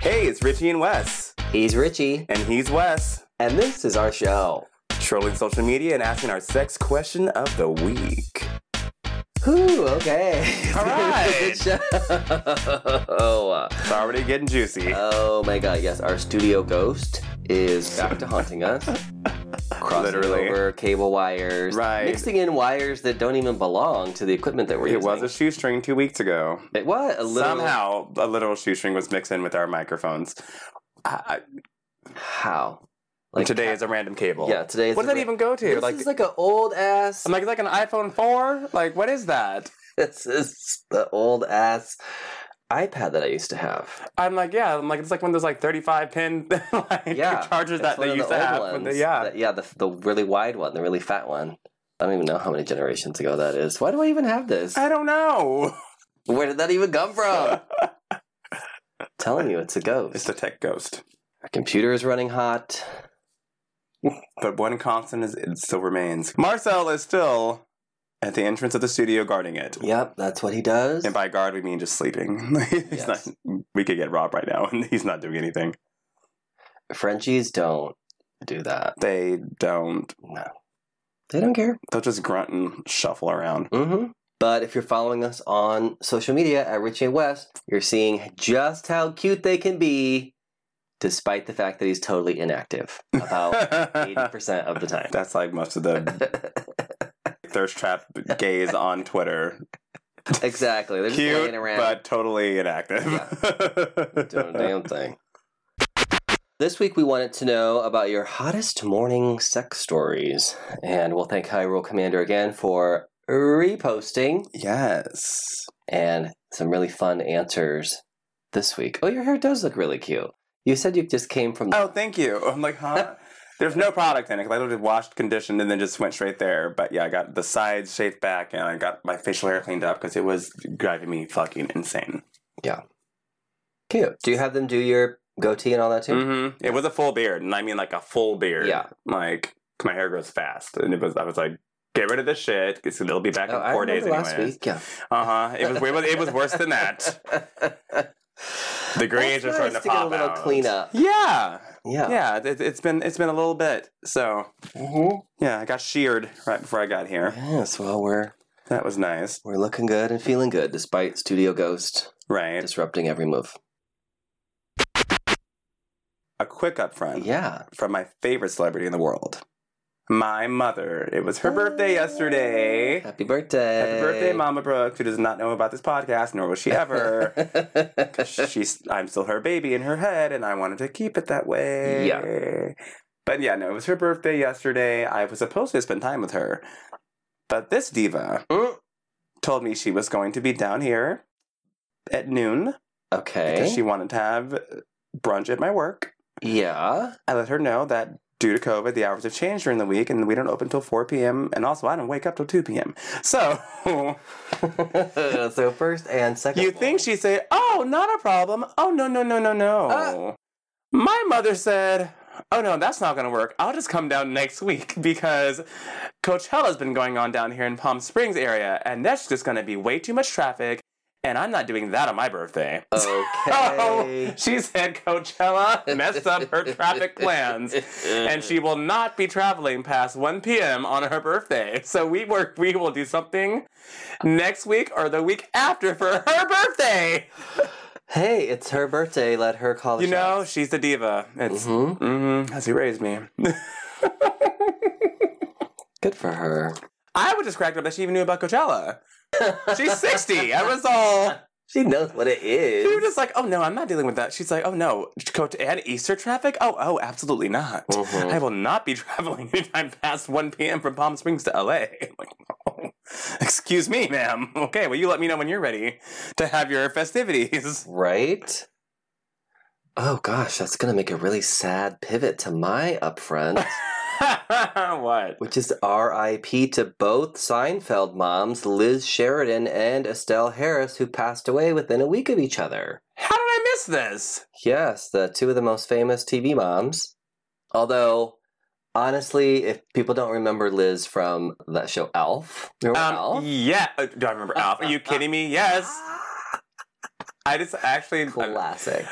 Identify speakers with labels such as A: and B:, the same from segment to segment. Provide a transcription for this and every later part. A: Hey, it's Richie and Wes.
B: He's Richie,
A: And he's Wes.
B: and this is our show.
A: Trolling social media and asking our sex question of the week.
B: Whew, okay.
A: All right.
B: Good show.
A: It's already getting juicy.
B: uh, Oh my god, yes, our studio ghost is back to haunting us. Crossing
A: Literally.
B: over cable wires.
A: Right.
B: Mixing in wires that don't even belong to the equipment that we're
A: it
B: using.
A: was a shoestring two weeks ago.
B: It was a little.
A: Somehow, a literal shoestring was mixed in with our microphones. I,
B: How?
A: I, today is a random cable.
B: Yeah, today is
A: What does
B: a
A: that
B: ra-
A: even go to?
B: This
A: Like,
B: is like an old ass.
A: I'm like, is like an iPhone 4? Like, what is that?
B: this is the old ass iPad that I used to have.
A: I'm like, yeah. I'm like, it's like one of those like 35 pin like,
B: Yeah,
A: chargers
B: It's
A: that
B: one
A: they
B: of
A: used
B: the
A: to
B: old
A: have. when
B: ones.
A: they- yeah.
B: That- yeah, the, the really wide one, the really fat one. I don't even know how many generations ago that is. Why do I even have this?
A: I don't know.
B: Where did that even come from? telling you, it's a
A: It's
B: ghost.
A: the tech ghost.
B: Our computer is running hot.
A: But one constant is it still remains. Marcel is still at the entrance of the studio guarding it.
B: Yep, that's what he does.
A: And by guard, we mean just sleeping. he's
B: Yes.
A: not, we could get robbed right now, and he's not doing anything.
B: Frenchies don't do that.
A: They don't.
B: No, they don't care.
A: They'll just grunt and shuffle around.
B: Mm-hmm. But if you're following us on social media at Richie and West, you're seeing just how cute they can be, despite the fact that he's totally inactive about 80% of the time.
A: That's like most of the thirst trap gays on Twitter.
B: exactly. They're just
A: Cute,
B: laying around
A: but totally inactive.
B: doing a damn thing. This week we wanted to know about your hottest morning sex stories. And we'll thank Hyrule Commander again for reposting
A: yes.
B: and some really fun answers this week. Oh, your hair does look really cute. You said you just came from
A: Oh, thank you. I'm like, huh? There's no product in it 'cause I literally washed, conditioned, and then just went straight there. But yeah, I got the sides shaved back, and I got my facial hair cleaned up because it was driving me fucking insane.
B: Cute. Do you have them do your goatee and all that too?
A: Mm-hmm. It was a full beard, and I mean like a full beard.
B: Yeah.
A: like my hair grows fast, and it was. I was like, get rid of this shit. It's, it'll be back
B: Oh,
A: in
B: I
A: four days
B: remember last
A: anyway.
B: week. Yeah.
A: Uh huh. It was. It was. It was worse than that. The grays
B: Well,
A: are
B: it's
A: starting to
B: nice
A: pop
B: get a little
A: out.
B: cleanup. Oh.
A: Yeah.
B: Yeah. Mm-hmm.
A: Yeah. It, it's been. It's been a little bit. So yeah, I got sheared right before I got here.
B: Yes. Well, we're
A: That was nice.
B: we're looking good and feeling good despite Studio Ghost
A: Right.
B: disrupting every move.
A: a quick upfront
B: Yeah.
A: from my favorite celebrity in the world. My mother. It was her birthday yesterday.
B: Happy birthday.
A: Happy birthday, Mama Brooke, who does not know about this podcast, nor will she ever. She's I'm still her baby in her head, and I wanted to keep it that way. Yeah. But yeah, no, it was her birthday yesterday. I was supposed to spend time with her. But this diva
B: Mm.
A: told me she was going to be down here at noon
B: okay.
A: because she wanted to have brunch at my work.
B: yeah.
A: I let her know that due to COVID, the hours have changed during the week and we don't open till 4 p.m. And also, I don't wake up till 2 p.m. So
B: so first and second.
A: you
B: of all-
A: think she'd say, Oh, not a problem. Oh, no, no, no, no, no.
B: Ah.
A: My mother said, Oh, no, that's not going to work. I'll just come down next week because Coachella's been going on down here in Palm Springs area and that's just going to be way too much traffic. And I'm not doing that on my birthday.
B: Okay.
A: she said Oh, Coachella messed up her traffic plans and she will not be traveling past 1 p.m. on her birthday. So we work we will do something next week or the week after for her birthday.
B: Hey, it's her birthday. Let her call. The
A: You know, she's the diva. It's
B: hmm
A: mm that's who raised me.
B: Good for her.
A: I was just cracked up that she even knew about Coachella. She's 60. I was all
B: She knows what it is.
A: we were just like, oh no, I'm not dealing with that. She's like, oh no, Coach and Easter traffic? Oh, oh, absolutely not.
B: Mhm.
A: I will not be traveling anytime past 1 p.m. from Palm Springs to LA. I'm like, "Oh, excuse me, ma'am. Okay, well, you let me know when you're ready to have your festivities.
B: Right? Oh gosh, that's gonna make a really sad pivot to my upfront,
A: what?
B: which is R.I.P. to both Seinfeld moms, Liz Sheridan and Estelle Harris, who passed away within a week of each other.
A: How did I miss this?
B: Yes, the two of the most famous TV moms. Although, honestly, if people don't remember Liz from that show Elf, remember Elf?
A: Um, yeah. uh, Do I remember Alf? Are you kidding me? Yes. I just actually.
B: Ah,
A: uh,
B: Classic.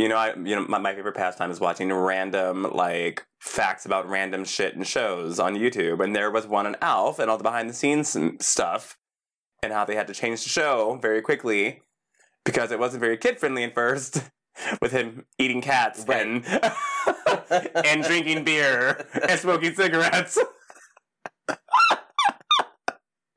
A: You know, I you know my, my favorite pastime is watching random like facts about random shit and shows on YouTube. And there was one on Alf and all the behind the scenes stuff and how they had to change the show very quickly because it wasn't very kid friendly at first with him eating cats
B: Right.
A: and and drinking beer and smoking cigarettes.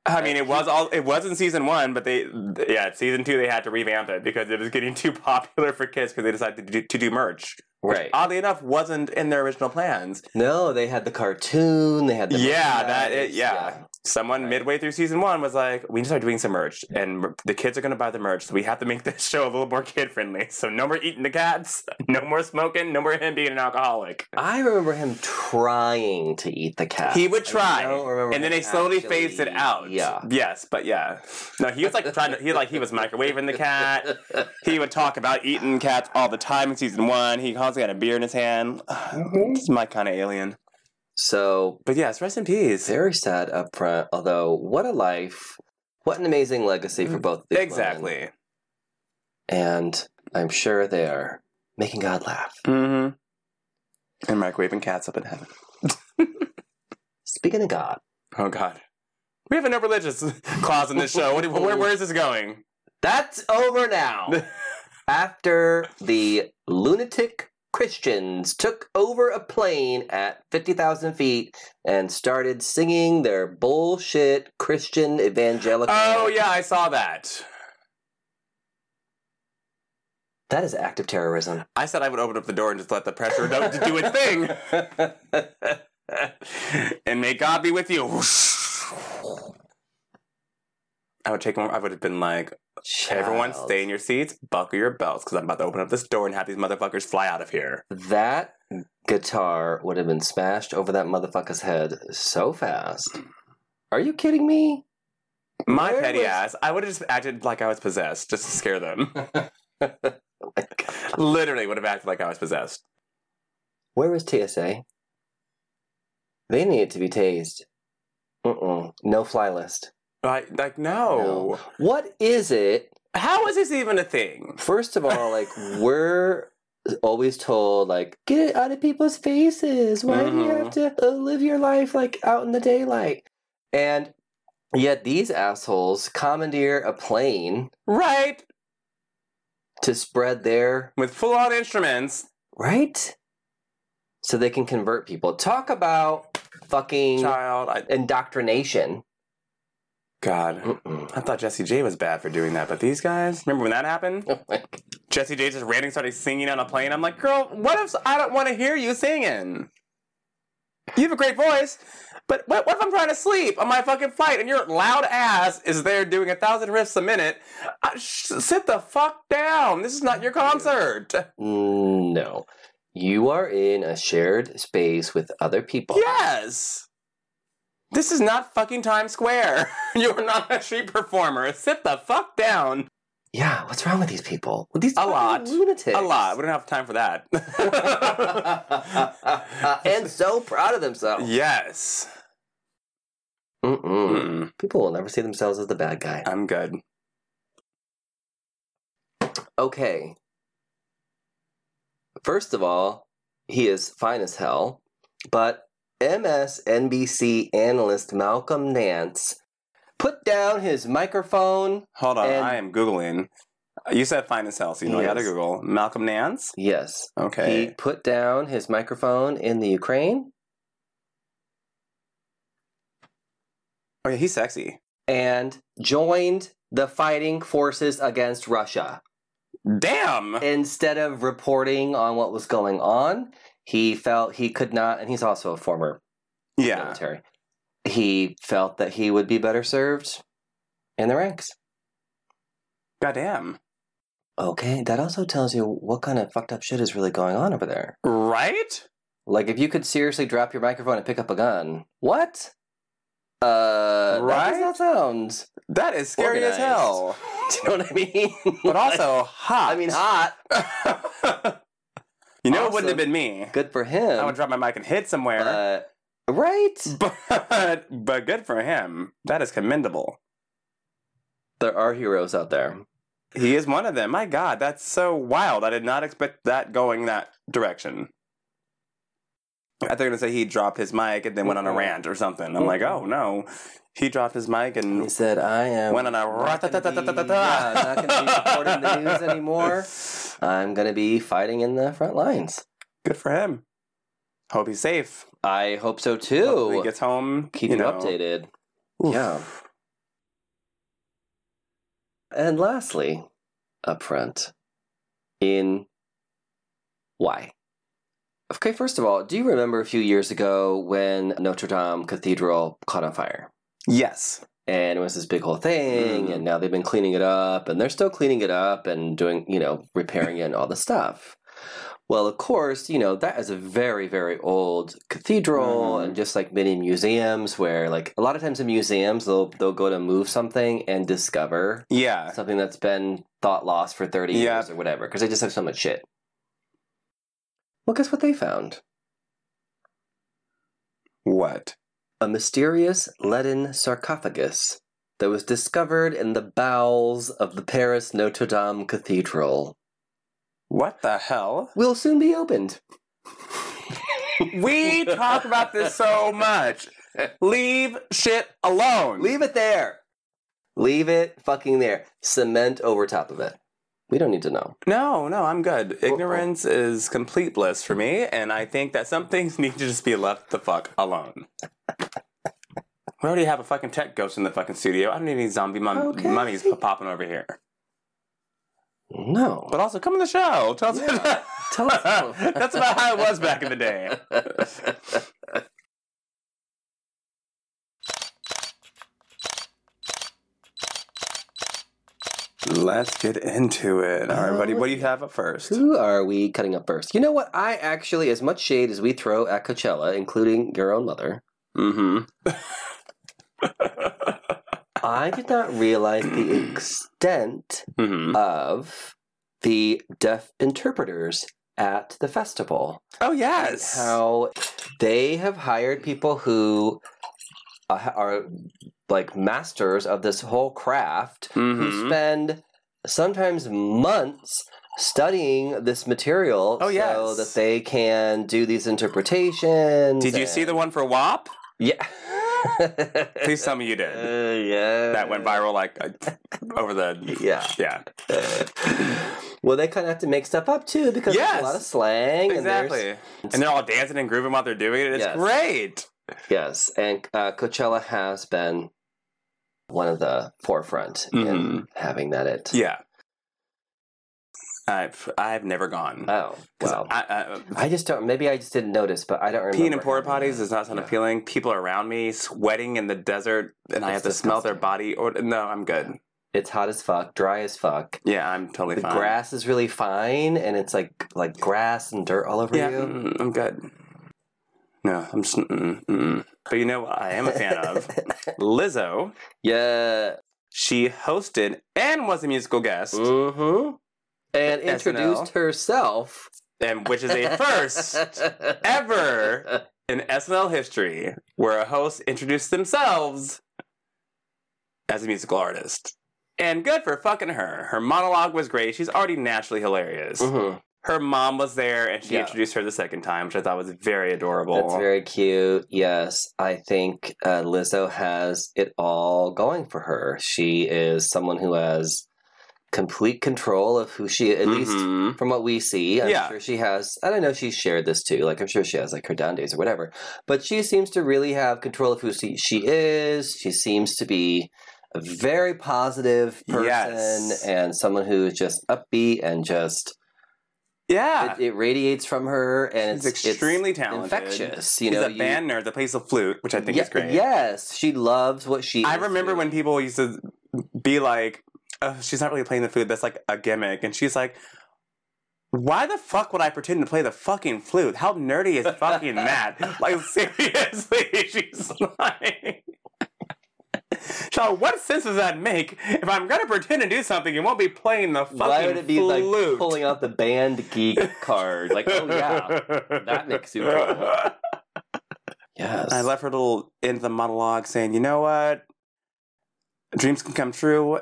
A: I mean, it was all it was in season one, but they yeah, season two they had to revamp it because it was getting too popular for kids because they decided to do, to do merch.
B: right.
A: Oddly enough, wasn't in their original plans.
B: No, they had the cartoon. They had the
A: Yeah, that
B: merchandise,
A: it, yeah. Someone
B: Right.
A: midway through season one was like, "We need to start doing some merch, and mer- the kids are going to buy the merch, so we have to make this show a little more kid friendly. So no more eating the cats, no more smoking, no more him being an alcoholic."
B: I remember him trying to eat the cat.
A: He would try,
B: I don't remember
A: and then
B: him
A: they slowly
B: actually-
A: phased it out.
B: Yeah.
A: Yes, but yeah, no, he was like trying to. He like he was microwaving the cat. He would talk about eating cats all the time in season one. He constantly had a beer in his hand. This is my kind of alien.
B: So
A: But yes, rest in peace.
B: very sad up front, although what a life. What an amazing legacy for both of these women.
A: Mm, Exactly.
B: And I'm sure they are making God laugh.
A: Mm-hmm. And microwaving cats up in heaven.
B: Speaking of God,
A: Oh God, we have a no religious clause in this show. What, where, where is this going?
B: that's over now. After the lunatic Christians took over a plane at 50,000 feet and started singing their bullshit Christian evangelical.
A: oh yeah, I saw that.
B: That is active terrorism.
A: I said I would open up the door and just let the pressure do, do its thing, and may God be with you. I would take. More, I would have been like, everyone,
B: Child.
A: stay in your seats, buckle your belts, because I'm about to open up this door and have these motherfuckers fly out of here.
B: That guitar would have been smashed over that motherfucker's head so fast. Are you kidding me?
A: My
B: Where
A: petty
B: was-
A: ass. I would have just acted like I was possessed, just to scare them.
B: My God.
A: Literally, would have acted like I was possessed.
B: Where is TSA? They need to be tased. Mm-mm. No fly list.
A: Like, like no.
B: What is it?
A: How is this even a thing?
B: First of all, like, we're always told, like, get out of people's faces. Why do you
A: Mhm.
B: have to uh, live your life, like, out in the daylight? And yet these assholes commandeer a plane
A: Right?
B: to spread their
A: With full on instruments,
B: right so they can convert people talk about fucking
A: child. I,
B: indoctrination
A: God.
B: Mm-mm.
A: I thought Jesse J was bad for doing that, but these guys, remember when that happened?
B: Oh my God.
A: Jesse J just randomly started singing on a plane. I'm like, girl, what if I don't want to hear you singing? You have a great voice, but what, what if I'm trying to sleep on my fucking flight and your loud ass is there doing a thousand riffs a minute? I, sh- sit the fuck down. This is not your concert.
B: no you are in a shared space with other people
A: Yes. This is not fucking Times Square. You're not a street performer. Sit the fuck down.
B: yeah what's wrong with these people With these
A: A lot.
B: fucking lunatics
A: A lot. We don't have time for that.
B: and so proud of themselves
A: yes.
B: Mm-mm.
A: Mm-mm.
B: people will never see themselves as the bad guy
A: I'm good.
B: Okay. First of all, he is fine as hell, but MSNBC analyst Malcolm Nance put down his microphone.
A: Hold on.
B: And-
A: I am Googling. Uh, You said fine as hell, so you know I gotta
B: Yes.
A: Google. Malcolm Nance?
B: Yes. He
A: Okay.
B: put down his microphone in the Ukraine
A: okay, Oh, he's sexy.
B: and joined the fighting forces against Russia.
A: Damn!
B: Instead of reporting on what was going on, he felt he could not, and he's also a former
A: yeah.
B: military. He felt that he would be better served in the ranks.
A: Goddamn.
B: Okay, that also tells you what kind of fucked up shit is really going on over there.
A: Right?
B: Like, if you could seriously drop your microphone and pick up a gun, what? Uh,
A: Right?
B: that does not sound.
A: That is scary
B: Organized.
A: as hell.
B: Do you know what I mean?
A: But also hot.
B: I mean, hot.
A: you know, it wouldn't
B: Awesome.
A: have been me.
B: Good for him.
A: I would drop my mic and hit somewhere.
B: but- right?
A: but but good for him. That is commendable.
B: There are heroes out there.
A: He is one of them. My God, that's so wild. I did not expect that going that direction. I thought they were gonna say he dropped his mic and then went on a rant or something. I'm like, oh no, he dropped his mic
B: He
A: and
B: said, I am
A: went on a
B: not
A: rat.
B: gonna be- yeah, I'm not going to be reporting the news anymore. I'm going to be fighting in the front lines.
A: Good for him. Hope he's safe.
B: I hope so
A: Hopefully he
B: too.
A: gets home.
B: Keep
A: you
B: you
A: know.
B: updated.
A: Oof.
B: Yeah. And lastly, up front, in why? Okay, first of all, do you remember a few years ago when Notre Dame Cathedral caught on fire?
A: Yes.
B: and it was this big whole thing
A: Mm.
B: and now they've been cleaning it up and they're still cleaning it up and doing you know repairing it and all the stuff well of course you know that is a very very old cathedral
A: Mhm.
B: and just like many museums where like a lot of times in museums they'll they'll go to move something and discover
A: Yeah.
B: something that's been thought lost for 30
A: Yeah.
B: years or whatever because they just have so much shit well guess what they found
A: What?
B: a mysterious leaden sarcophagus that was discovered in the bowels of the Paris Notre Dame Cathedral
A: What the hell?
B: will soon be opened.
A: We talk about this so much. Leave shit alone.
B: Leave it there. Leave it fucking there. Cement over top of it. We don't need to know.
A: No, no, I'm good. Ignorance is complete bliss for me, and I think that some things need to just be left the fuck alone. We already have a fucking tech ghost in the fucking studio. I don't need any zombie mum-
B: Okay.
A: mummies p- popping over here.
B: No.
A: But also, come on the show. Tell us.
B: Yeah. Tell us.
A: That's about how it was back in the day. Let's get into it. All right, buddy. What do you have up first?
B: Who are we cutting up first? You know what? I actually, as much shade as we throw at Coachella, including your own mother,
A: Mm-hmm.
B: I did not realize the extent
A: Mm-hmm.
B: of the deaf interpreters at the festival.
A: Oh yes.
B: How they have hired people who are are, like masters of this whole craft who
A: Mhm.
B: spend sometimes months studying this material
A: Oh,
B: so
A: yes.
B: that they can do these interpretations.
A: Did you see the one for WAP?
B: Yeah.
A: Please tell me you
B: Uh,
A: did.
B: yeah.
A: That went viral like uh, over the
B: Yeah.
A: yeah.
B: well, they kind of have to make stuff up too because there's
A: Yes.
B: a lot of slang. And
A: Exactly. And they're all dancing and grooving while they're doing it. It's
B: Yes.
A: great.
B: there's- yes, and uh, Coachella has been one of the forefront in
A: Mhm.
B: having that. It.
A: Yeah. I've I've never gone.
B: Oh
A: 'Cause
B: wow. I,
A: I, I,
B: just don't. Maybe I just didn't notice, but I don't remember.
A: peeing in porta
B: having
A: potties
B: that.
A: does not sound
B: Yeah.
A: appealing. People are around me sweating in the desert, and I have
B: That's
A: to smell their
B: disgusting.
A: body. Or no, I'm good.
B: It's hot as fuck, dry as fuck.
A: Yeah, I'm totally
B: The
A: fine.
B: grass is really fine, and it's like like grass and dirt all over
A: yeah,
B: you.
A: mm, I'm good. No, I'm just. Mm, mm. But you know what? I am a fan of Lizzo.
B: yeah.
A: She hosted and was a musical guest,
B: Mm-hmm. And
A: SNL.
B: introduced herself
A: and which is a first ever in SNL history where a host introduced themselves as a musical artist. And good for fucking her. Her monologue was great. She's already naturally hilarious.
B: Mhm.
A: Her mom was there, and she
B: Yeah.
A: introduced her the second time, which I thought was very adorable.
B: That's very cute. Yes, I think uh, Lizzo has it all going for her. She is someone who has complete control of who she, at least
A: Mhm.
B: from what we see. I'm
A: Yeah.
B: sure she has. And I know she's shared this too. Like I'm sure she has like her down days or whatever. But she seems to really have control of who she, she is. She seems to be a very positive person
A: Yes.
B: and someone who is just upbeat and just
A: Yeah.
B: it, it radiates from her and
A: She's
B: it's it's
A: extremely talented.
B: infectious. You
A: She's
B: know,
A: a
B: you-
A: band nerd that plays the flute, which I think
B: Ye-
A: is great.
B: Yes, she loves what she.
A: I
B: is
A: remember when
B: doing.
A: people used to be like, oh, she's not really playing the flute. That's like a gimmick. And she's like, why the fuck would I pretend to play the fucking flute? How nerdy is fucking that? Like, seriously, she's like. So what sense does that make? If I'm gonna pretend to do something, you won't be playing the fucking
B: Why would it be like
A: flute.
B: pulling out the band geek card? Like, oh yeah, that makes you cool. yes.
A: I left her a little into the monologue saying, you know what? Dreams can come true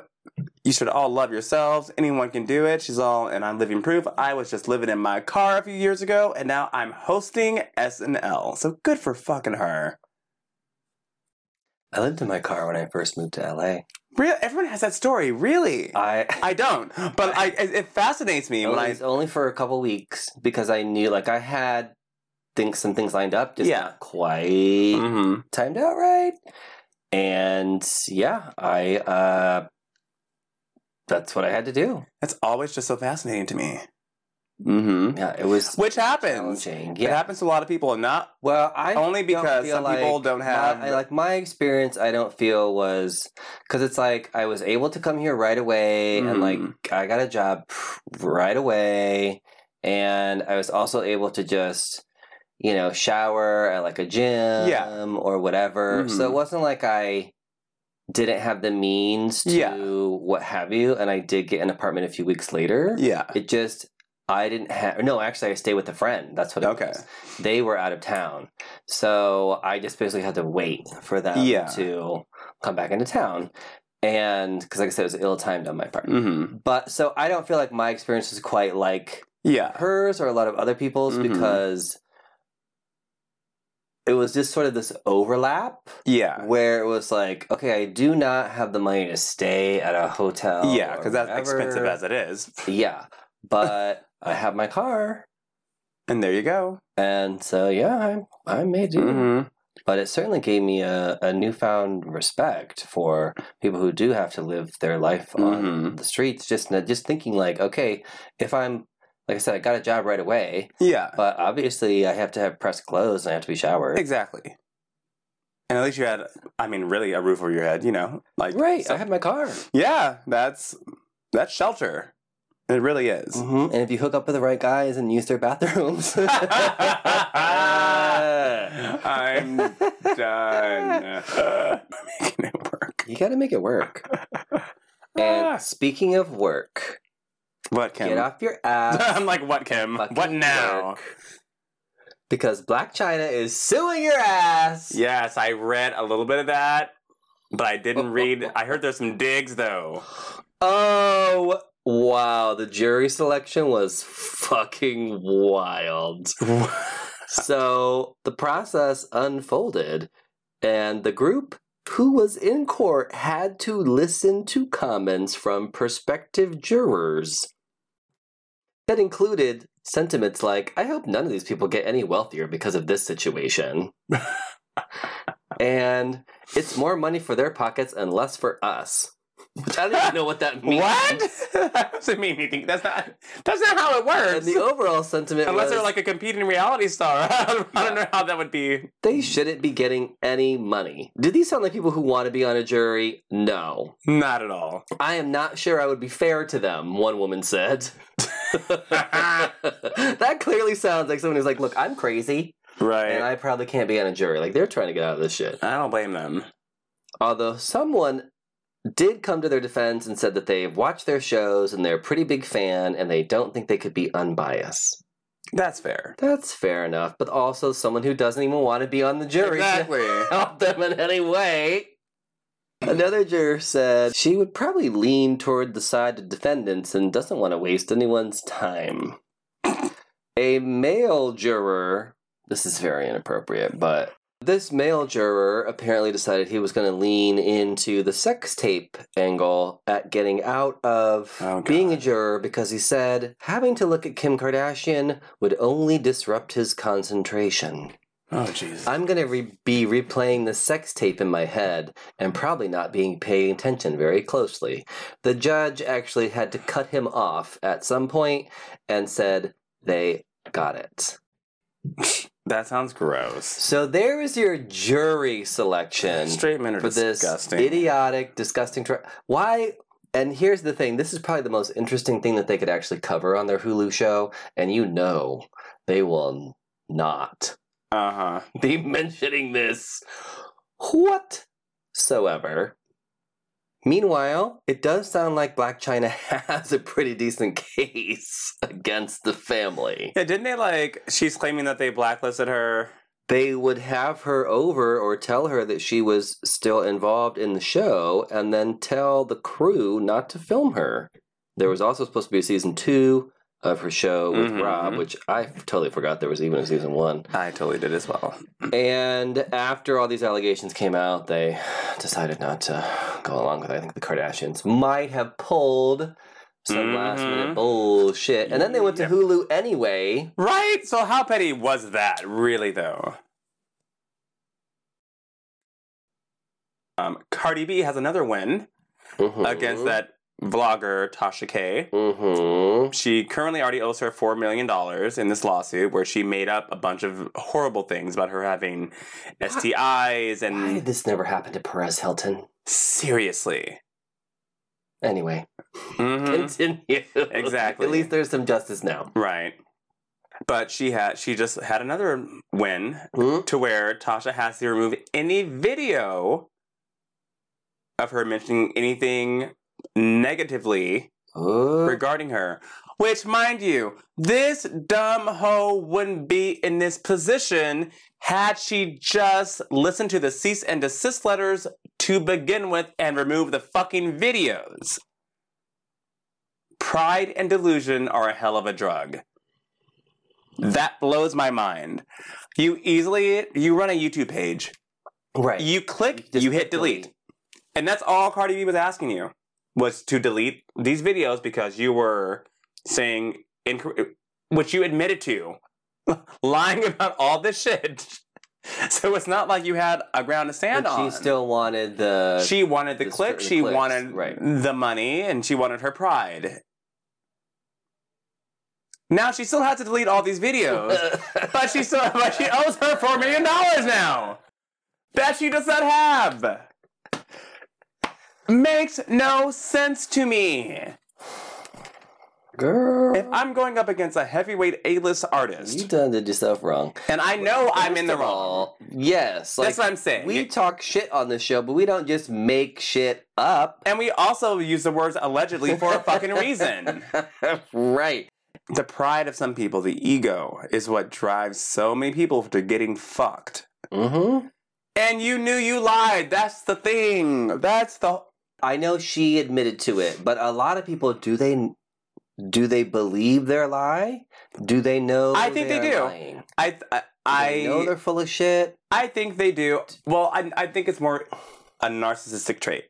A: you should all love yourselves. Anyone can do it. She's all, and I'm living proof. I was just living in my car a few years ago, and now I'm hosting SNL. So good for fucking her.
B: I lived in my car when I first moved to LA.
A: Real, everyone has that story, really.
B: I
A: I don't, but I it, it fascinates me when
B: only,
A: I
B: only for a couple weeks because I knew like I had things some things lined up, just
A: Yeah.
B: not quite
A: Mhm.
B: timed out right. And yeah, I uh that's what I had to do.
A: That's always just so fascinating to me. Mm-hmm.
B: Yeah, it was
A: Which happens.
B: challenging.
A: It
B: Yeah.
A: happens to a lot of people, and not
B: Well, I
A: only
B: don't
A: because
B: feel
A: some people
B: like
A: don't
B: my-
A: have-
B: I, like my experience. I don't feel was because it's like I was able to come here right away, and
A: Mm.
B: like I got a job right away, and I was also able to just you know shower at like a gym,
A: Yeah.
B: or whatever. So
A: Mhm.
B: it wasn't like I didn't have the means to
A: Yeah.
B: what have you, and I did get an apartment a few weeks later.
A: yeah.
B: It just I didn't have no. Actually, I stayed with a friend. That's what it
A: Okay.
B: was. They were out of town, so I just basically had to wait for them
A: Yeah.
B: to come back into town, and because like I said, it was ill timed on my part.
A: Mm-hmm.
B: But so I don't feel like my experience is quite like
A: Yeah.
B: hers or a lot of other people's
A: Mhm.
B: because it was just sort of this overlap
A: Yeah.
B: where it was like, okay, I do not have the money to stay at a hotel.
A: yeah,
B: or
A: because that's
B: whatever.
A: expensive as it is.
B: Yeah, but I have my car,
A: And there you go.
B: and so yeah, I I may do.
A: Mm-hmm.
B: But it certainly gave me a, a newfound respect for people who do have to live their life on
A: Mhm.
B: the streets. Just just thinking like, okay, if I'm like I said, I got a job right away,
A: Yeah.
B: but obviously I have to have pressed clothes and I have to be showered.
A: Exactly. And at least you had, I mean, really a roof over your head, you know? Like,
B: Right,
A: so-
B: I have my car.
A: yeah, that's that's shelter. It really is.
B: hmm And if you hook up with the right guys and use their bathrooms.
A: I'm done. I'm making it work.
B: You got to make it work.
A: Ah.
B: And speaking of work,
A: What, Kim?
B: get off your ass.
A: I'm like, what, Kim? What
B: fucking
A: now?
B: work. Because Black China is suing your ass.
A: Yes, I read a little bit of that, but I didn't read. I heard there's some digs, though.
B: Oh, wow. The jury selection was fucking wild. so the process unfolded, and the group who was in court had to listen to comments from prospective jurors that included sentiments like, I hope none of these people get any wealthier because of this situation. and it's more money for their pockets and less for us. Which I don't even know what that means.
A: What? that doesn't mean anything. That's not. That's not how it
B: And
A: works.
B: the overall sentiment
A: Unless
B: was,
A: they're like a competing reality star. I don't, I don't know how that would be.
B: they shouldn't be getting any money. Do these sound like people who want to be on a jury? No.
A: Not at all.
B: I am not sure I would be fair to them, one woman said. that clearly sounds like someone who's like, look, I'm crazy,
A: Right.
B: and I probably can't be on a jury. Like, they're trying to get out of this shit.
A: I don't blame them.
B: Although someone did come to their defense and said that they've watched their shows and they're a pretty big fan and they don't think they could be unbiased.
A: That's fair.
B: That's fair enough, but also someone who doesn't even want to be on the jury. help them in any way. Another juror said she would probably lean toward the side of defendants and doesn't want to waste anyone's time. A male juror, this is very inappropriate, but this male juror apparently decided he was going to lean into the sex tape angle at getting out of
A: Oh, God.
B: being a juror because he said having to look at Kim Kardashian would only disrupt his concentration.
A: Oh jeez.
B: I'm gonna re- be replaying the sex tape in my head and probably not being paying attention very closely. The judge actually had to cut him off at some point and said they got it.
A: That sounds gross.
B: So there is your jury selection
A: Straight men are
B: for this
A: disgusting.
B: idiotic, disgusting. Tri- Why? And here's the thing: this is probably the most interesting thing that they could actually cover on their Hulu show, and you know they will not
A: Uh huh.
B: be mentioning this whatsoever. Meanwhile, it does sound like Black China has a pretty decent case against the family.
A: Yeah, didn't they like? She's claiming that they blacklisted her.
B: they would have her over or tell her that she was still involved in the show and then tell the crew not to film her. There was also supposed to be a season two of her show with
A: Mhm.
B: Rob, which I totally forgot there was even a season one.
A: I totally did as well.
B: And after all these allegations came out, they decided not to go along with it. I think the Kardashians might have pulled some
A: Mhm.
B: last minute bullshit. And then they went to
A: Yep.
B: Hulu anyway.
A: Right? So how petty was that, really, though? Um, Cardi B has another win Mm-hmm. against that vlogger, Tasha K.
B: Mm-hmm.
A: She currently already owes her $4 million in this lawsuit where she made up a bunch of horrible things about her having STIs
B: Why did
A: and.
B: this never happen to Perez Hilton?
A: Seriously.
B: Anyway,
A: Mhm.
B: continue.
A: Exactly.
B: At least there's some justice now.
A: Right. But she had she just had another win
B: Hmm?
A: to where Tasha has to remove any video of her mentioning anything negatively
B: Oh.
A: regarding her. Which, mind you, this dumb hoe wouldn't be in this position had she just listened to the cease and desist letters to begin with and removed the fucking videos. Pride and delusion are a hell of a drug. That blows my mind. You easily you run a YouTube page.
B: right.
A: You click,
B: Just
A: you hit delete. And that's all Cardi B was asking you was to delete these videos because you were saying incor- which you admitted to lying about all this shit. So it's not like you had a ground to stand
B: But she
A: on.
B: still wanted the.
A: she wanted the
B: the
A: click,
B: certain
A: she
B: clicks,
A: wanted
B: right.
A: the money, and she wanted her pride. Now she still has to delete all these videos but she still, but she owes her four million dollars now. That she does not have. Makes no sense to me.
B: Girl.
A: If I'm going up against a heavyweight A-list
B: You
A: artist,
B: done did yourself wrong.
A: and I know I'm
B: First
A: in the
B: of
A: wrong.
B: all, Yes, like
A: That's what I'm saying.
B: we talk shit on this show, but we don't just make shit up.
A: and we also use the words allegedly for a fucking reason.
B: right.
A: The pride of some people, the ego, is what drives so many people to getting fucked.
B: Mm-hmm.
A: And you knew you lied. That's the thing. That's the
B: I know she admitted to it, but a lot of people do they do they believe their lie? Do they know?
A: I think they
B: are
A: do.
B: lying? Do
A: I I,
B: they know
A: I
B: they're full of shit.
A: I think they do. Well, I, I think it's more a narcissistic trait.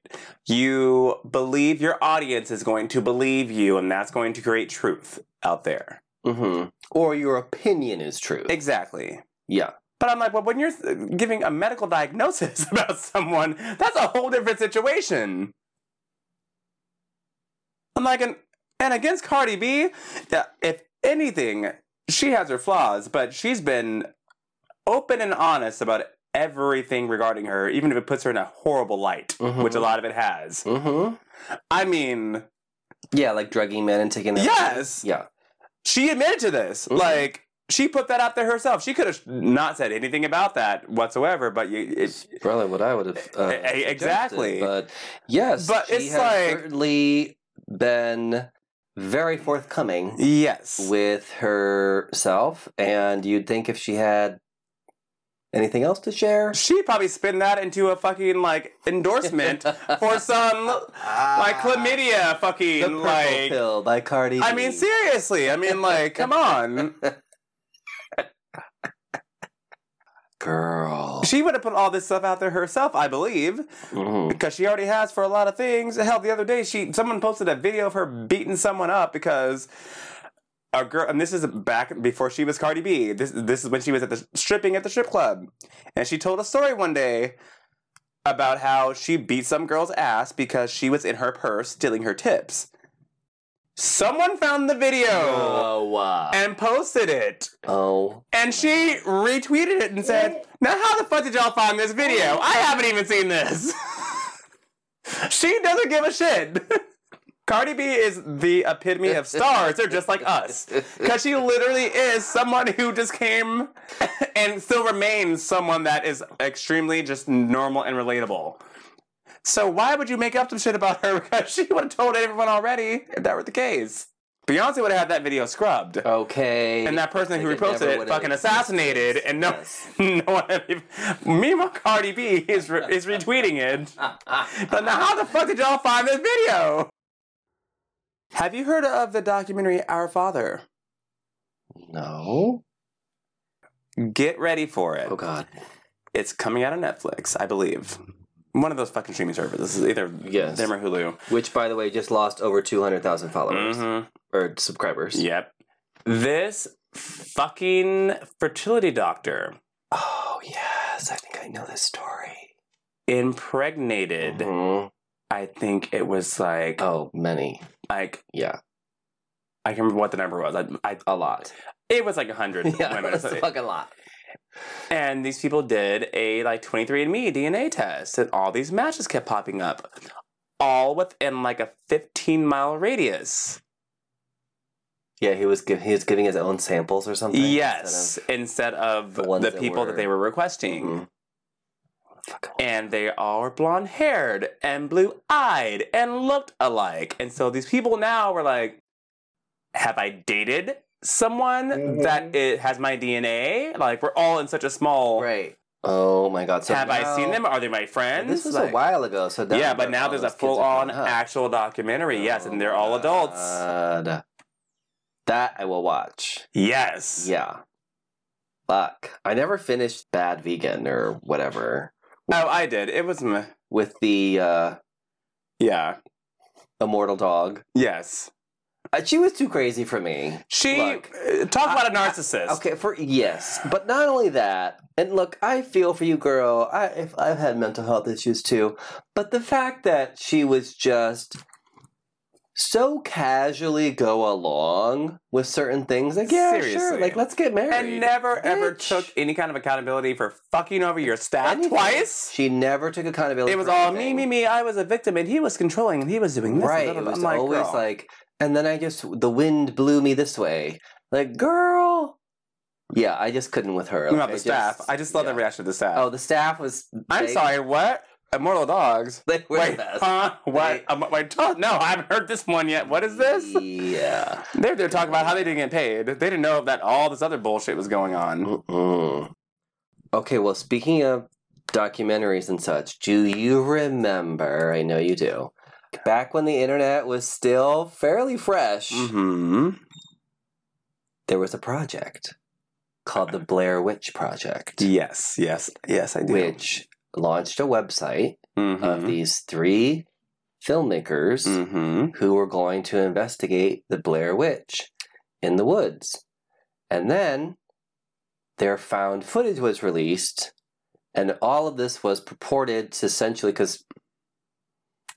A: You believe your audience is going to believe you, and that's going to create truth out there.
B: Mm-hmm. Or your opinion is true.
A: Exactly.
B: yeah.
A: But I'm like, well, when you're giving a medical diagnosis about someone, that's a whole different situation. I'm like, and, and against Cardi B, yeah, if anything, she has her flaws, but she's been open and honest about everything regarding her, even if it puts her in a horrible light,
B: Mhm.
A: which a lot of it has.
B: Mm-hmm.
A: I mean,
B: Yeah, like drugging men and taking. their-
A: Yes!
B: Yeah.
A: she admitted to this.
B: Mhm.
A: Like, she put that out there herself. She could have not said anything about that whatsoever, but you, it,
B: It's probably what I would have. Uh,
A: E- e-
B: suggested,
A: exactly.
B: But yes,
A: But
B: she
A: it's
B: has
A: like-
B: certainly been very forthcoming
A: Yes.
B: with herself, and you'd think if she had anything else to share,
A: She'd probably spin that into a fucking like endorsement for some like chlamydia
B: Ah, the
A: fucking
B: purple
A: like.
B: pill by Cardi.
A: I mean,
B: B.
A: seriously. I mean, like, come on.
B: girl.
A: She would have put all this stuff out there herself, I believe,
B: Mhm.
A: because she already has for a lot of things. Hell, the other day, she someone posted a video of her beating someone up because a girl, and this is back before she was Cardi B. This this is when she was at the stripping at the strip club, and she told a story one day about how she beat some girl's ass because she was in her purse stealing her tips. Someone found the video
B: Oh, wow.
A: and posted it.
B: oh,
A: And she retweeted it and said, Now, how the fuck did y'all find this video? I haven't even seen this. she doesn't give a shit. Cardi B is the epitome of stars. They're just like us. Because she literally is someone who just came and still remains someone that is extremely just normal and relatable. So, why would you make up some shit about her? Because she would have told everyone already if that were the case. Beyonce would have had that video scrubbed.
B: Okay.
A: And that person who
B: Like, it
A: reposted
B: never
A: it
B: would've
A: fucking assassinated,
B: existed.
A: and no,
B: Yes.
A: no one. Meanwhile, Cardi B is re- is retweeting it. But now, how the fuck did y'all find this video? Have you heard of the documentary Our Father?
B: No.
A: Get ready for it.
B: Oh God.
A: It's coming out on Netflix, I believe. One of those fucking streaming services, either
B: Yes.
A: them or Hulu.
B: Which, by the way, just lost over two hundred thousand followers
A: Mhm.
B: or subscribers.
A: Yep. This fucking fertility doctor
B: Oh yes, I think I know this story.
A: impregnated.
B: Mhm.
A: I think it was like
B: Oh, many.
A: like
B: Yeah,
A: I can't remember what the number was. I, I
B: a lot.
A: it was like a hundred
B: Yeah,
A: women. or
B: that's a
A: something.
B: fucking lot.
A: And these people did a like 23andMe DNA test, and all these matches kept popping up, all within like a 15 mile radius.
B: Yeah, he was giv he was giving his own samples or something.
A: yes, instead of
B: the
A: the,
B: ones that
A: people
B: were-
A: that they were requesting.
B: Mhm. Fucking-
A: And they all were blonde haired and blue eyed and looked alike. And so these people now were like, Have I dated someone
B: Mhm.
A: that it has my DNA? Like, we're all in such a small.
B: Right. Oh my God. So
A: Have
B: now-
A: I seen them? Are they my
B: Yeah,
A: friends?
B: This was a
A: Like-
B: while ago. So now
A: yeah, but now
B: all
A: there's a
B: those kids are
A: full on
B: grown up.
A: actual documentary, yes, and they're
B: Oh
A: all
B: my
A: adults.
B: God. That I will watch.
A: Yes.
B: Yeah. Fuck. I never finished Bad Vegan or whatever
A: Oh, I did. It was. Meh.
B: with the uh,
A: Yeah.
B: immortal dog.
A: Yes.
B: Uh, she was too crazy for me.
A: She.
B: Look,
A: uh, talk
B: I-
A: about a
B: I-
A: narcissist.
B: Okay, for yes, but not only that. And look, I feel for you, girl. I if I've had mental health issues too, but the fact that she was just so casually go along with certain things, like yeah, sure,
A: Seriously.
B: like let's get married,
A: And never ever
B: Bitch.
A: took any kind of accountability for fucking over your staff
B: Anything.
A: twice.
B: She never took accountability.
A: It was
B: for
A: all me,
B: anything.
A: me, me. I was a victim, and he was controlling, and he was doing this. and blah,
B: Right.
A: blah,
B: It
A: blah.
B: was
A: I'm like,
B: always
A: girl.
B: like, and then I just the wind blew me this way. Like, girl. Yeah, I just couldn't with her.
A: What
B: Like,
A: about the staff. I just love
B: yeah.
A: the reaction of the staff.
B: Oh, the staff was.
A: I'm
B: they-
A: sorry. What? Immortal dogs.
B: They were
A: Wait,
B: the best.
A: huh? What?
B: They-
A: Um, wait, oh, no, I haven't heard this one yet. What is this?
B: Yeah.
A: They're there talking about how they didn't get paid. They didn't know that all this other bullshit was going on.
B: Mm-mm. Okay, well, speaking of documentaries and such, do you remember? I know you do. Back when the internet was still fairly fresh,
A: Mm-hmm.
B: there was a project called the Blair Witch Project,
A: Yes, yes, yes, I do.
B: which launched a website
A: Mm-hmm.
B: of these three filmmakers
A: mm-hmm.
B: who were going to investigate the Blair Witch in the woods. And then their found footage was released, and all of this was purported to essentially because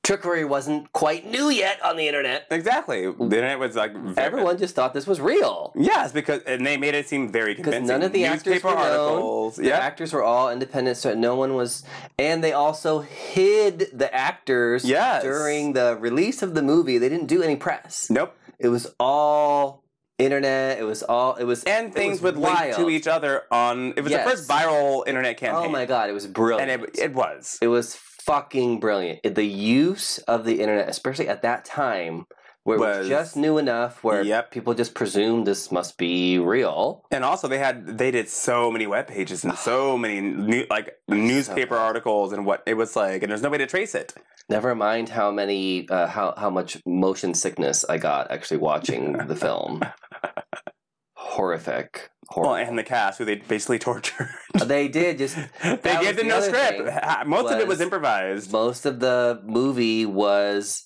B: trickery wasn't quite new yet on the internet.
A: Exactly. Then it was like very-
B: Everyone just thought this was real.
A: Yes, because and they made it seem very convincing.
B: none of the actors
A: newspaper
B: were known.
A: articles.
B: The
A: Yeah,
B: actors were all independent, so no one was. And they also hid the actors
A: yes.
B: during the release of the movie. They didn't do any press.
A: nope,
B: It was all internet. It was all. It was
A: and
B: it
A: things
B: was
A: would link to
B: wild.
A: each other on. It was
B: Yes.
A: the first viral internet campaign.
B: Oh my god! It was brilliant.
A: And it,
B: it,
A: it was.
B: was fucking brilliant. It- the use of the internet, especially at that time, where it was
A: Was-
B: just new enough, where
A: Yep.
B: people just presumed this must be real.
A: And also, they had they did so many web pages and so many new, like newspaper articles and what it was like, and there's no way to trace it.
B: Never mind how many, uh, how how much motion sickness I got actually watching the film. Horrific. Horrible.
A: Well, and the cast who they basically tortured.
B: they did just
A: they
B: That was
A: gave them
B: the
A: no
B: other
A: script.
B: thing
A: Most of it
B: was-
A: was improvised.
B: most of the movie was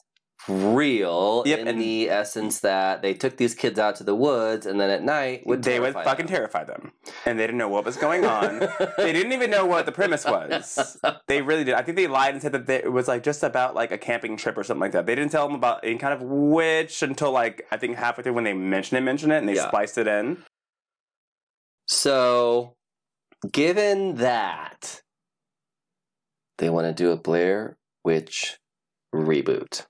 B: real
A: Yep,
B: in
A: and-
B: the essence that they took these kids out to the woods and then at night would
A: they would
B: terrify
A: fucking
B: them.
A: terrify them, and they didn't know what was going on. they didn't even know what the premise was. They really did. I think they lied and said that they, it was like just about like a camping trip or something like that. They didn't tell them about any kind of witch until like I think halfway through when they mentioned it, mentioned it, and they
B: Yeah.
A: spliced it in.
B: so given that they want to do a Blair Witch reboot.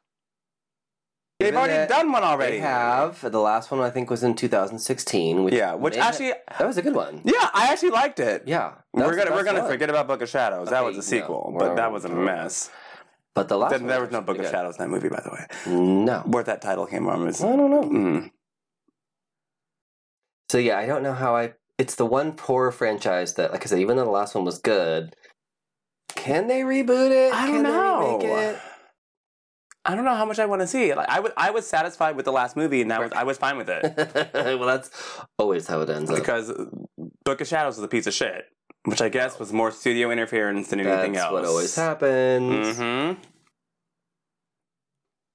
A: They've
B: Given
A: already
B: that
A: done one already.
B: They have the last one I think was in 2016 which
A: yeah, which
B: may have-
A: actually,
B: that was a good one.
A: yeah, I actually liked it.
B: Yeah. that was
A: We're
B: the
A: gonna we're
B: best
A: gonna
B: one.
A: forget about Book of Shadows. that
B: Okay,
A: was a
B: no,
A: sequel,
B: we're-
A: but that was a
B: we're-
A: mess.
B: But the last
A: Then
B: one
A: there was no
B: actually
A: Book of
B: pretty
A: Shadows in that movie, by the way.
B: good. No.
A: Where that title came from is
B: I don't know.
A: mm,
B: So yeah, I don't know how I. It's the one horror franchise that, like I said, even though the last one was good, can they reboot it?
A: I don't
B: can
A: know.
B: They remake it?
A: I don't know how much I want to see. Like I was, I was satisfied with the last movie, and I was, I was fine with it
B: well, that's always how it ends. up.
A: because Book of Shadows was a piece of shit, which I guess was more studio interference than anything
B: That's
A: else.
B: what always happens.
A: Mm-hmm.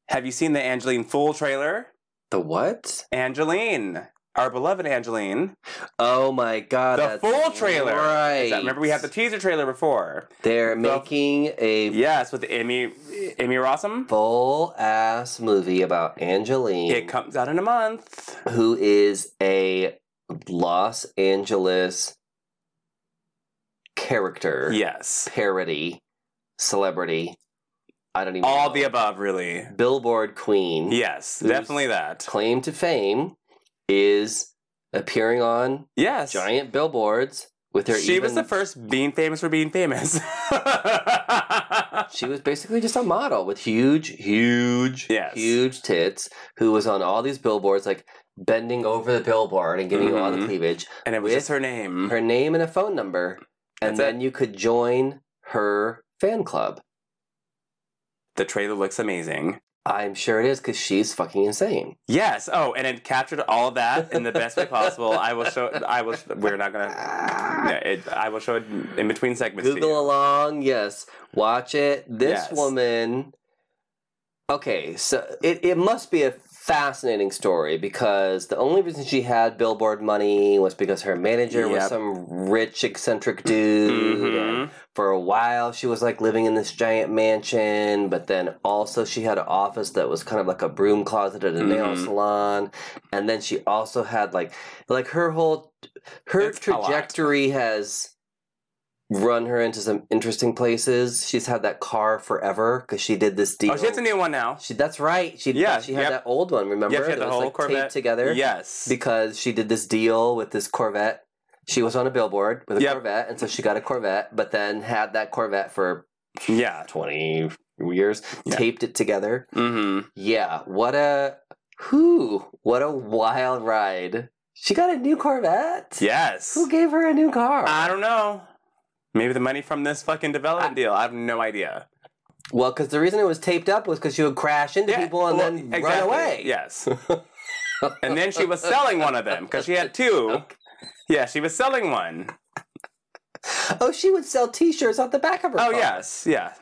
A: Have you seen the Angeline Fool trailer?
B: The what?
A: Angeline, our beloved Angeline,
B: Oh my god!
A: the
B: that's
A: full trailer.
B: Right.
A: Is that- remember we had the teaser trailer before.
B: They're
A: the-
B: making a
A: Yes, with Amy, Amy Rossum.
B: full ass movie about Angeline,
A: It comes out in a month.
B: who is a Los Angeles character
A: Yes,
B: parody celebrity. I don't even
A: all
B: know.
A: the above, really.
B: Billboard Queen.
A: Yes,
B: Who's-
A: definitely that.
B: Claim to fame is appearing on
A: Yes.
B: giant billboards with her.
A: She was the
B: even-
A: first being famous for being famous.
B: She was basically just a model with huge, huge,
A: Yes.
B: huge tits who was on all these billboards, like bending over the billboard and giving you all the
A: Mhm.
B: cleavage,
A: and it was
B: With
A: just her name.
B: her name and a phone number, and
A: That's
B: then you could join her fan club.
A: the trailer looks amazing.
B: I'm sure it is because she's fucking insane.
A: Yes. Oh, and it captured all of that in the best way possible. I will show. I will. We're not gonna. Yeah, it, I will show it in between segments. to
B: Google
A: you.
B: along, yes. Watch it. This
A: Yes.
B: woman. Okay, so it, it must be a fascinating story because the only reason she had billboard money was because her manager was
A: Yep.
B: some rich eccentric dude. and
A: Mhm.
B: for a while, she was like living in this giant mansion, but then also she had an office that was kind of like a broom closet at a nail
A: Mhm.
B: salon, and then she also had like like her whole her
A: It's a lot.
B: trajectory has run her into some interesting places. She's had that car forever because she did this deal.
A: Oh, she has a new one now.
B: She- that's right. She
A: Yeah,
B: she had
A: yep.
B: that old one. Remember?
A: she had
B: That
A: the
B: was,
A: whole
B: like,
A: Corvette.
B: taped together
A: Yes.
B: because she did this deal with this Corvette. She was on a billboard with a
A: Yep.
B: Corvette, and so she got a Corvette, but then had that Corvette for
A: yeah.
B: twenty years,
A: Yeah.
B: taped it together.
A: hmm
B: Yeah, what a who? What a wild ride! She got a new Corvette.
A: Yes.
B: Who gave her a new car?
A: I don't know. Maybe the money from this fucking development deal. I have no idea.
B: Well, because the reason it was taped up was because she would crash into
A: Yeah,
B: people and
A: well,
B: then run
A: exactly.
B: away.
A: Yes. and then she was selling one of them because she had two. Yeah, she was selling one.
B: Oh, she would sell T-shirts off the back of her.
A: Oh
B: car.
A: yes, yeah.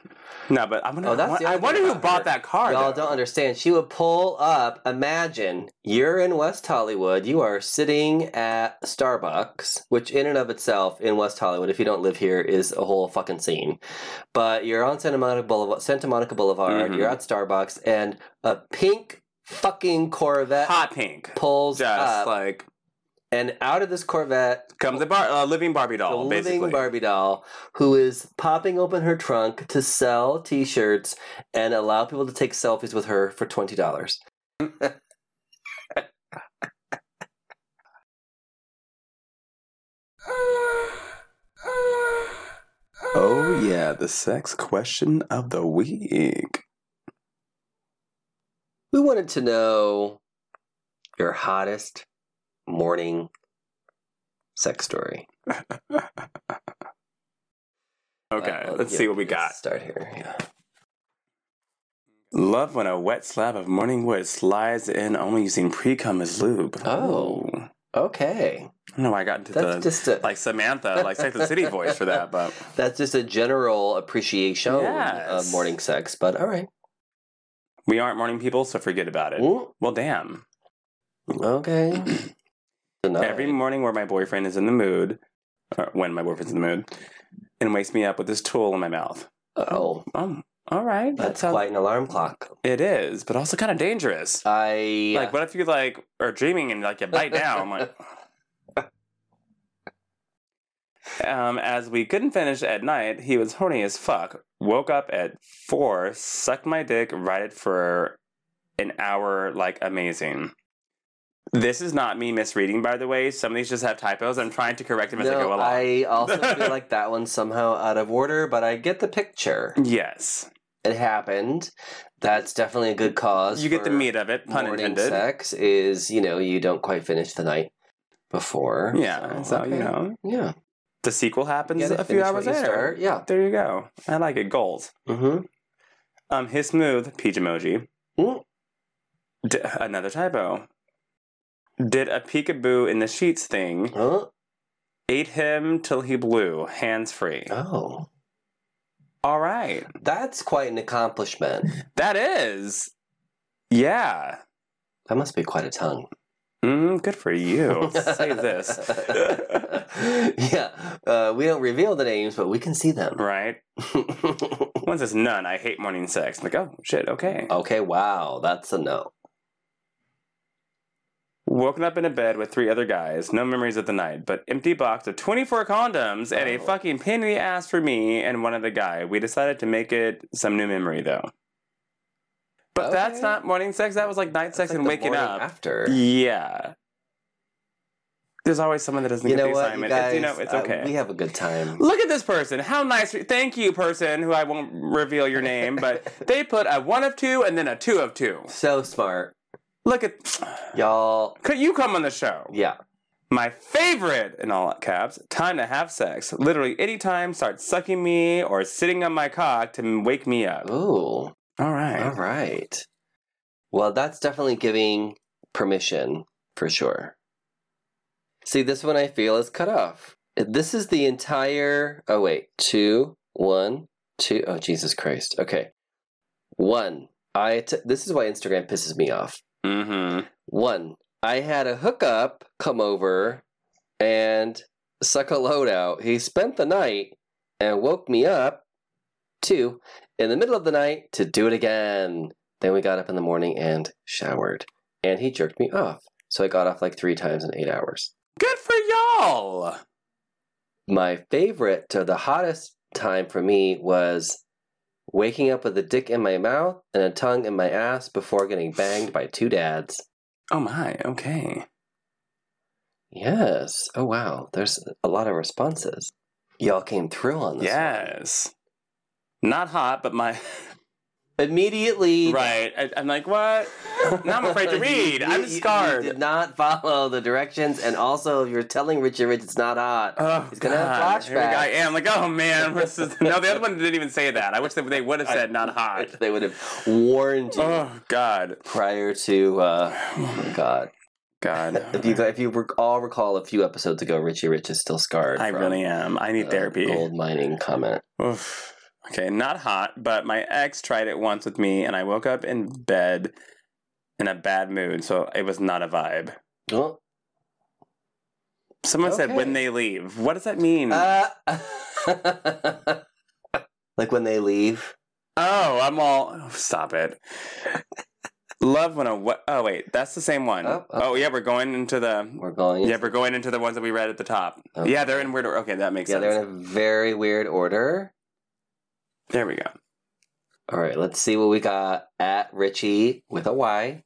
A: No, but I'm gonna.
B: Oh, that's the
A: I
B: other
A: wonder
B: thing
A: who
B: about her.
A: bought that car.
B: Y'all
A: though.
B: don't understand. She would pull up. Imagine you're in West Hollywood. You are sitting at Starbucks, which in and of itself in West Hollywood, if you don't live here, is a whole fucking scene. But you're on Santa Monica Boulevard. Santa Monica Boulevard.
A: Mhm.
B: You're at Starbucks, and a pink fucking Corvette
A: Hot pink.
B: pulls
A: Just
B: up,
A: like
B: and out of this Corvette
A: comes a bar, a living Barbie
B: the
A: doll,
B: living
A: basically.
B: Barbie doll who is popping open her trunk to sell T-shirts and allow people to take selfies with her for twenty dollars.
A: Oh yeah, the sex question of the week.
B: We wanted to know your hottest morning sex story.
A: Okay,
B: Uh,
A: let's
B: yeah,
A: see what we
B: let's
A: got.
B: Start here. Yeah.
A: Love when a wet slab of morning wood slides in, only using pre cum as lube.
B: Oh.
A: Ooh.
B: Okay,
A: I don't know why I got into
B: that's
A: the
B: just a
A: like Samantha, like Sex and the City voice for that, but
B: that's just a general appreciation of
A: Yes.
B: morning sex. But all right.
A: we aren't morning people, so forget about it.
B: Mm,
A: Well, damn.
B: Okay. Tonight.
A: Every morning where my boyfriend is in the mood, or when my boyfriend's in the mood, and wakes me up with this tool in my mouth.
B: oh,
A: Oh, all right.
B: that's
A: That's how
B: quite an alarm clock.
A: it is, but also kind of dangerous.
B: I
A: Like, what if you like are dreaming and like you bite down? like, um, as we couldn't finish at night, he was horny as fuck. Woke up at four, sucked my dick, ride it for an hour, like amazing. This is not me misreading, by the way. Some of these just have typos. I'm trying to correct them as I go
B: no,
A: along.
B: I also feel like that one's somehow out of order, but I get the picture.
A: Yes,
B: It happened. That's definitely a good cause.
A: you get the
B: for
A: meat of it. Pun
B: morning
A: intended.
B: Sex is you know you don't quite finish the night. before.
A: Yeah, so, you
B: okay.
A: know,
B: Yeah.
A: the sequel happens
B: Gotta
A: a few
B: finish
A: hours
B: what you
A: later.
B: start. Yeah.
A: There you go. I like it. Goals.
B: Mm-hmm.
A: Um, his smooth peach emoji.
B: Mm.
A: D- another typo. Did a peekaboo in the sheets thing.
B: Huh?
A: Ate him till he blew, hands free.
B: Oh.
A: All right.
B: That's quite an accomplishment.
A: That is. Yeah.
B: That must be quite a ton.
A: Mm, good for you. Say this.
B: yeah. Uh, we don't reveal the names, but we can see them.
A: right? Once it's none, I hate morning sex. like, oh, shit, okay.
B: okay, wow. That's a no.
A: Woken up in a bed with three other guys. No memories of the night, but empty box of 24 condoms and a
B: Oh.
A: fucking pain in the ass for me and one other guy. We decided to make it some new memory, though. But that's
B: Okay.
A: not morning sex. That was like night sex
B: That's like
A: and
B: the
A: waking
B: morning
A: up.
B: After.
A: Yeah. There's always someone that doesn't
B: You
A: get
B: know
A: the
B: what? You
A: assignment.
B: guys,
A: it's, you know, it's
B: uh,
A: okay.
B: we have a good time.
A: Look at this person. How nice. Thank you, person, who I won't reveal your name, but they put a one of two and then a two of two.
B: So smart.
A: Look at.
B: Y'all.
A: Could you come on the show?
B: Yeah.
A: My favorite, in all caps, time to have sex. Literally any time, start sucking me or sitting on my cock to m- wake me up.
B: Ooh.
A: All right.
B: All right. Well, that's definitely giving permission for sure. See, this one I feel is cut off. This is the entire. Oh, wait. Two, one, two. Oh, Jesus Christ. Okay. One. I. T- this is why Instagram pisses me off.
A: Mm-hmm.
B: One. I had a hookup come over and suck a load out. He spent the night and woke me up, two, in the middle of the night to do it again. Then we got up in the morning and showered. And he jerked me off. So I got off like three times in eight hours.
A: Good for y'all.
B: My favorite or the hottest time for me was waking up with a dick in my mouth and a tongue in my ass before getting banged by two dads.
A: Oh my, okay.
B: Yes. Oh wow. There's a lot of responses. Y'all came through on this.
A: Yes. Not hot, but my.
B: one. Immediately.
A: Right. I, I'm like, what? Now I'm afraid to read. I'm
B: You- you-
A: scarred.
B: You did not follow the directions, and also you're telling Richard Rich it's not hot.
A: Oh,
B: He's gonna have
A: God. Here we go.
B: flashbacks.
A: I am like, oh man. this is- no, the other one didn't even say that. I wish they, they would have said not hot.
B: They would have warned you
A: Oh God,
B: prior to. Uh, oh my God.
A: God.
B: If you if you rec- all recall a few episodes ago, Richie Rich is still scarred.
A: I
B: from Uh,
A: really am. I need
B: the
A: therapy.
B: Gold mining comment.
A: Oof. Okay, not hot, but my ex tried it once with me, and I woke up in bed in a bad mood, so it was not a vibe.
B: Oh.
A: Someone said
B: Okay.
A: when they leave. What does that mean?
B: Uh, like when they leave.
A: oh, I'm all. oh, stop it. Love when a what? Oh wait, that's the same one.
B: Oh,
A: oh yeah, we're going into the
B: We're going.
A: Yeah, we're going into the ones that we read at the top.
B: Okay.
A: Yeah, they're in weird order. Okay, that makes
B: yeah,
A: sense.
B: they're in a very weird order.
A: There we go.
B: All right, let's see what we got at Richie with a Y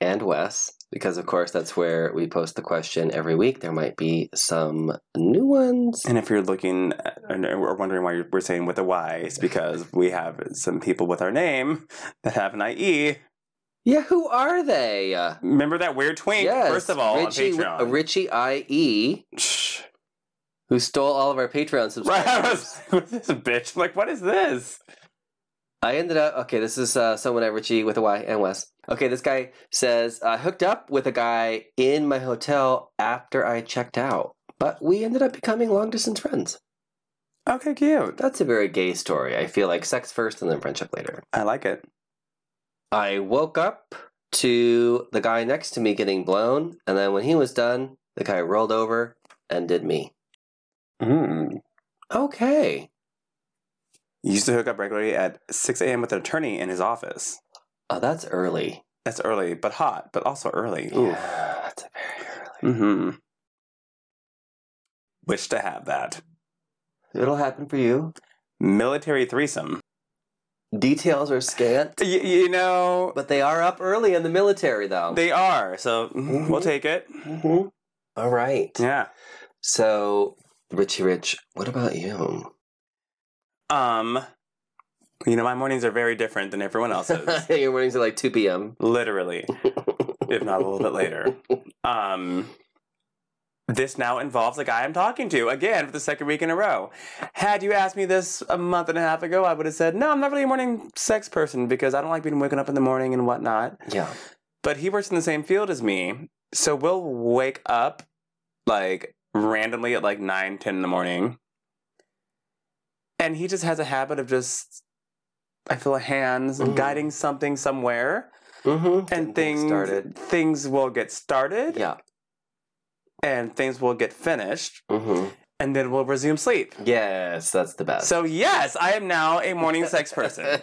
B: and Wes, because of course that's where we post the question every week. There might be some new ones.
A: And if you're looking at, and- or wondering why we're saying with a Y, it's because we have some people with our name that have an IE.
B: Yeah, who are they?
A: Remember that weird twink, first of all,
B: Richie,
A: on Patreon.
B: uh, Richie IE,
A: Shh.
B: who stole all of our Patreon
A: Right, I
B: subscribers.
A: was with this bitch. I'm like, what is this?
B: I ended up okay. This is uh, someone at Richie with a Y and Wes. Okay, this guy says I hooked up with a guy in my hotel after I checked out, but we ended up becoming long distance friends.
A: Okay, cute.
B: That's a very gay story. I feel like sex first and then friendship later.
A: I like it.
B: I woke up to the guy next to me getting blown, and then when he was done, the guy rolled over and did me.
A: Mm.
B: Okay.
A: You used to hook up regularly at 6 a.m. with an attorney in his office.
B: Oh, that's early.
A: That's early, but hot, but also early.
B: Yeah, that's a very early.
A: Mm-hmm. Wish to have that.
B: It'll happen for you.
A: Military threesome.
B: Details are scant.
A: Y- you know,
B: But they are up early in the military, though.
A: they are, so mm, we'll take it.
B: Mhm. All right.
A: Yeah.
B: So, Richie Rich, what about you?
A: Um, you know, my mornings are very different than everyone else's.
B: Your mornings are like 2 p.m.
A: Literally, if not a little bit later. Um, This now involves a guy I'm talking to again for the second week in a row. Had you asked me this a month and a half ago, I would have said, No, I'm not really a morning sex person because I don't like being woken up in the morning and whatnot.
B: Yeah.
A: But he works in the same field as me. So we'll wake up like randomly at like 9, 10 in the morning. And he just has a habit of just, I feel hands
B: Mhm.
A: guiding something somewhere.
B: Mm-hmm.
A: And things, things will get started
B: Yeah.
A: and things will get finished
B: Mm-hmm.
A: and then we'll resume sleep.
B: Yes, that's the best.
A: So yes, I am now a morning sex person.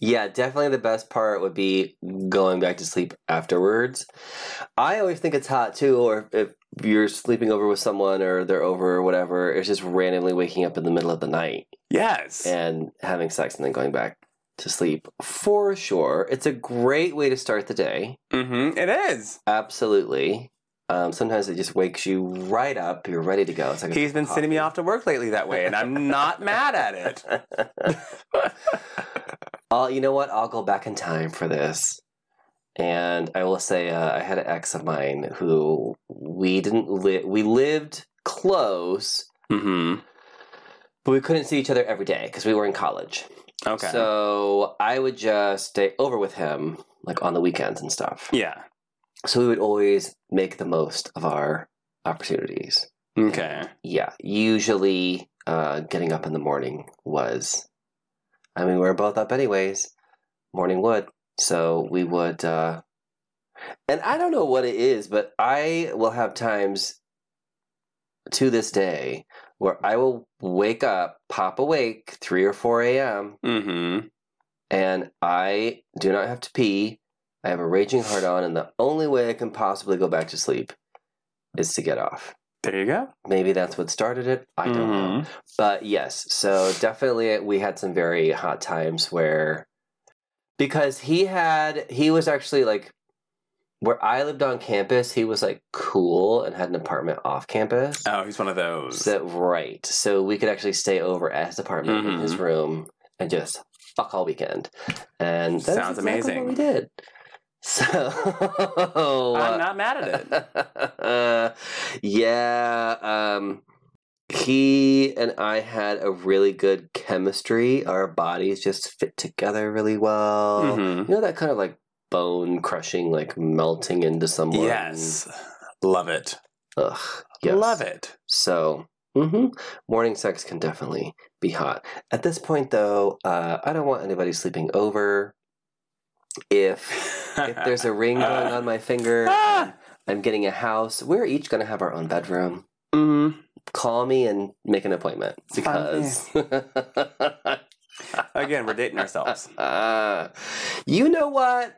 B: yeah, definitely the best part would be going back to sleep afterwards. I always think it's hot too, or if you're sleeping over with someone or they're over or whatever, it's just randomly waking up in the middle of the night
A: Yes.
B: and having sex and then going back to sleep. For sure. It's a great way to start the day.
A: Mm-hmm. It is.
B: Absolutely. Um, sometimes it just wakes you right up. You're ready to go. It's like a
A: He's been sending me off to work lately that way, and I'm not mad at it.
B: I'll, you know what? I'll go back in time for this. And I will say, uh, I had an ex of mine who we didn't live, we lived close,
A: Mm-hmm.
B: but we couldn't see each other every day because we were in college.
A: Okay.
B: So I would just stay over with him, like on the weekends and stuff.
A: yeah.
B: So we would always make the most of our opportunities.
A: Okay.
B: Yeah, usually uh, getting up in the morning was. I mean, we were both up anyways. Morning wood, so we would. Uh, and I don't know what it is, but I will have times to this day where I will wake up, pop awake, three or four a.m.,
A: Mm-hmm.
B: and I do not have to pee. I have a raging heart on, and the only way I can possibly go back to sleep is to get off.
A: There you go.
B: Maybe that's what started it. I don't know.
A: Mhm.
B: But yes, so definitely we had some very hot times where because he had he was actually like where I lived on campus, he was like cool and had an apartment off campus.
A: Oh, he's one of those.
B: So right. So we could actually stay over at his apartment in his
A: Mm-hmm.
B: room and just fuck all weekend. And that's
A: Sounds
B: exactly
A: amazing.
B: What we did. So
A: I'm not mad at it.
B: uh, yeah. Um, he and I had a really good chemistry. Our bodies just fit together really well.
A: Mm-hmm.
B: You know that kind of like bone crushing, like melting into someone.
A: Yes. Love it.
B: Ugh. Yes.
A: Love it.
B: So, hmm morning sex can definitely be hot. At this point, though, uh, I don't want anybody sleeping over. If if there's a ring going on my finger,
A: ah!
B: I'm getting a house. We're each going to have our own bedroom.
A: mm-hmm.
B: Call me and make an appointment because
A: Again, we're dating ourselves.
B: Uh, you know what?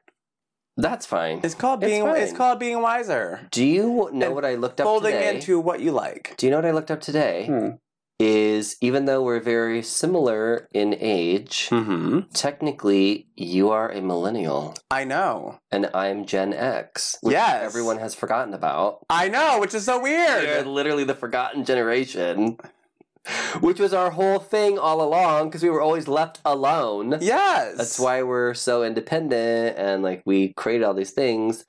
B: That's fine.
A: It's called
B: It's
A: being. It's,
B: fine.
A: called being wiser.
B: Do you know
A: And
B: what I looked up
A: Folding
B: today?
A: into Hmm. what you like.
B: Do you know what I looked up today? Is even though we're very similar in age,
A: Mm-hmm.
B: technically you are a millennial
A: I know.
B: and I'm Gen X, which
A: Yes.
B: everyone has forgotten about.
A: I know, which is so
B: You're
A: weird.
B: literally the forgotten generation, which was our whole thing all along because we were always left alone.
A: Yes.
B: That's why we're so independent and like we created all these things.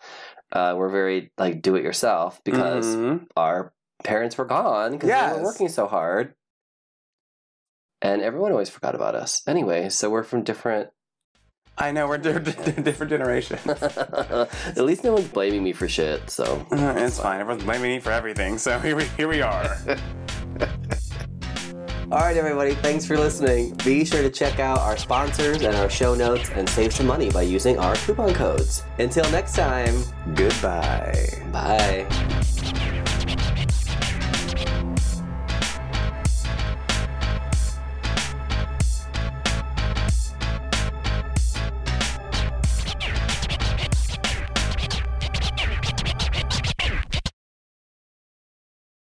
B: Uh, we're very like do it yourself because
A: Mhm.
B: our parents were gone because they
A: Yes.
B: were working so hard. And everyone always forgot about us. Anyway, so we're from different.
A: I know we're di- di- different generation. Uh,
B: At least no one's blaming me for shit, so.
A: it's fine. Everyone's blaming me for everything, so here we here we are.
B: All right, everybody, thanks for listening. Be sure to check out our sponsors and our show notes and save some money by using our coupon codes. Until next time,
A: Goodbye.
B: bye.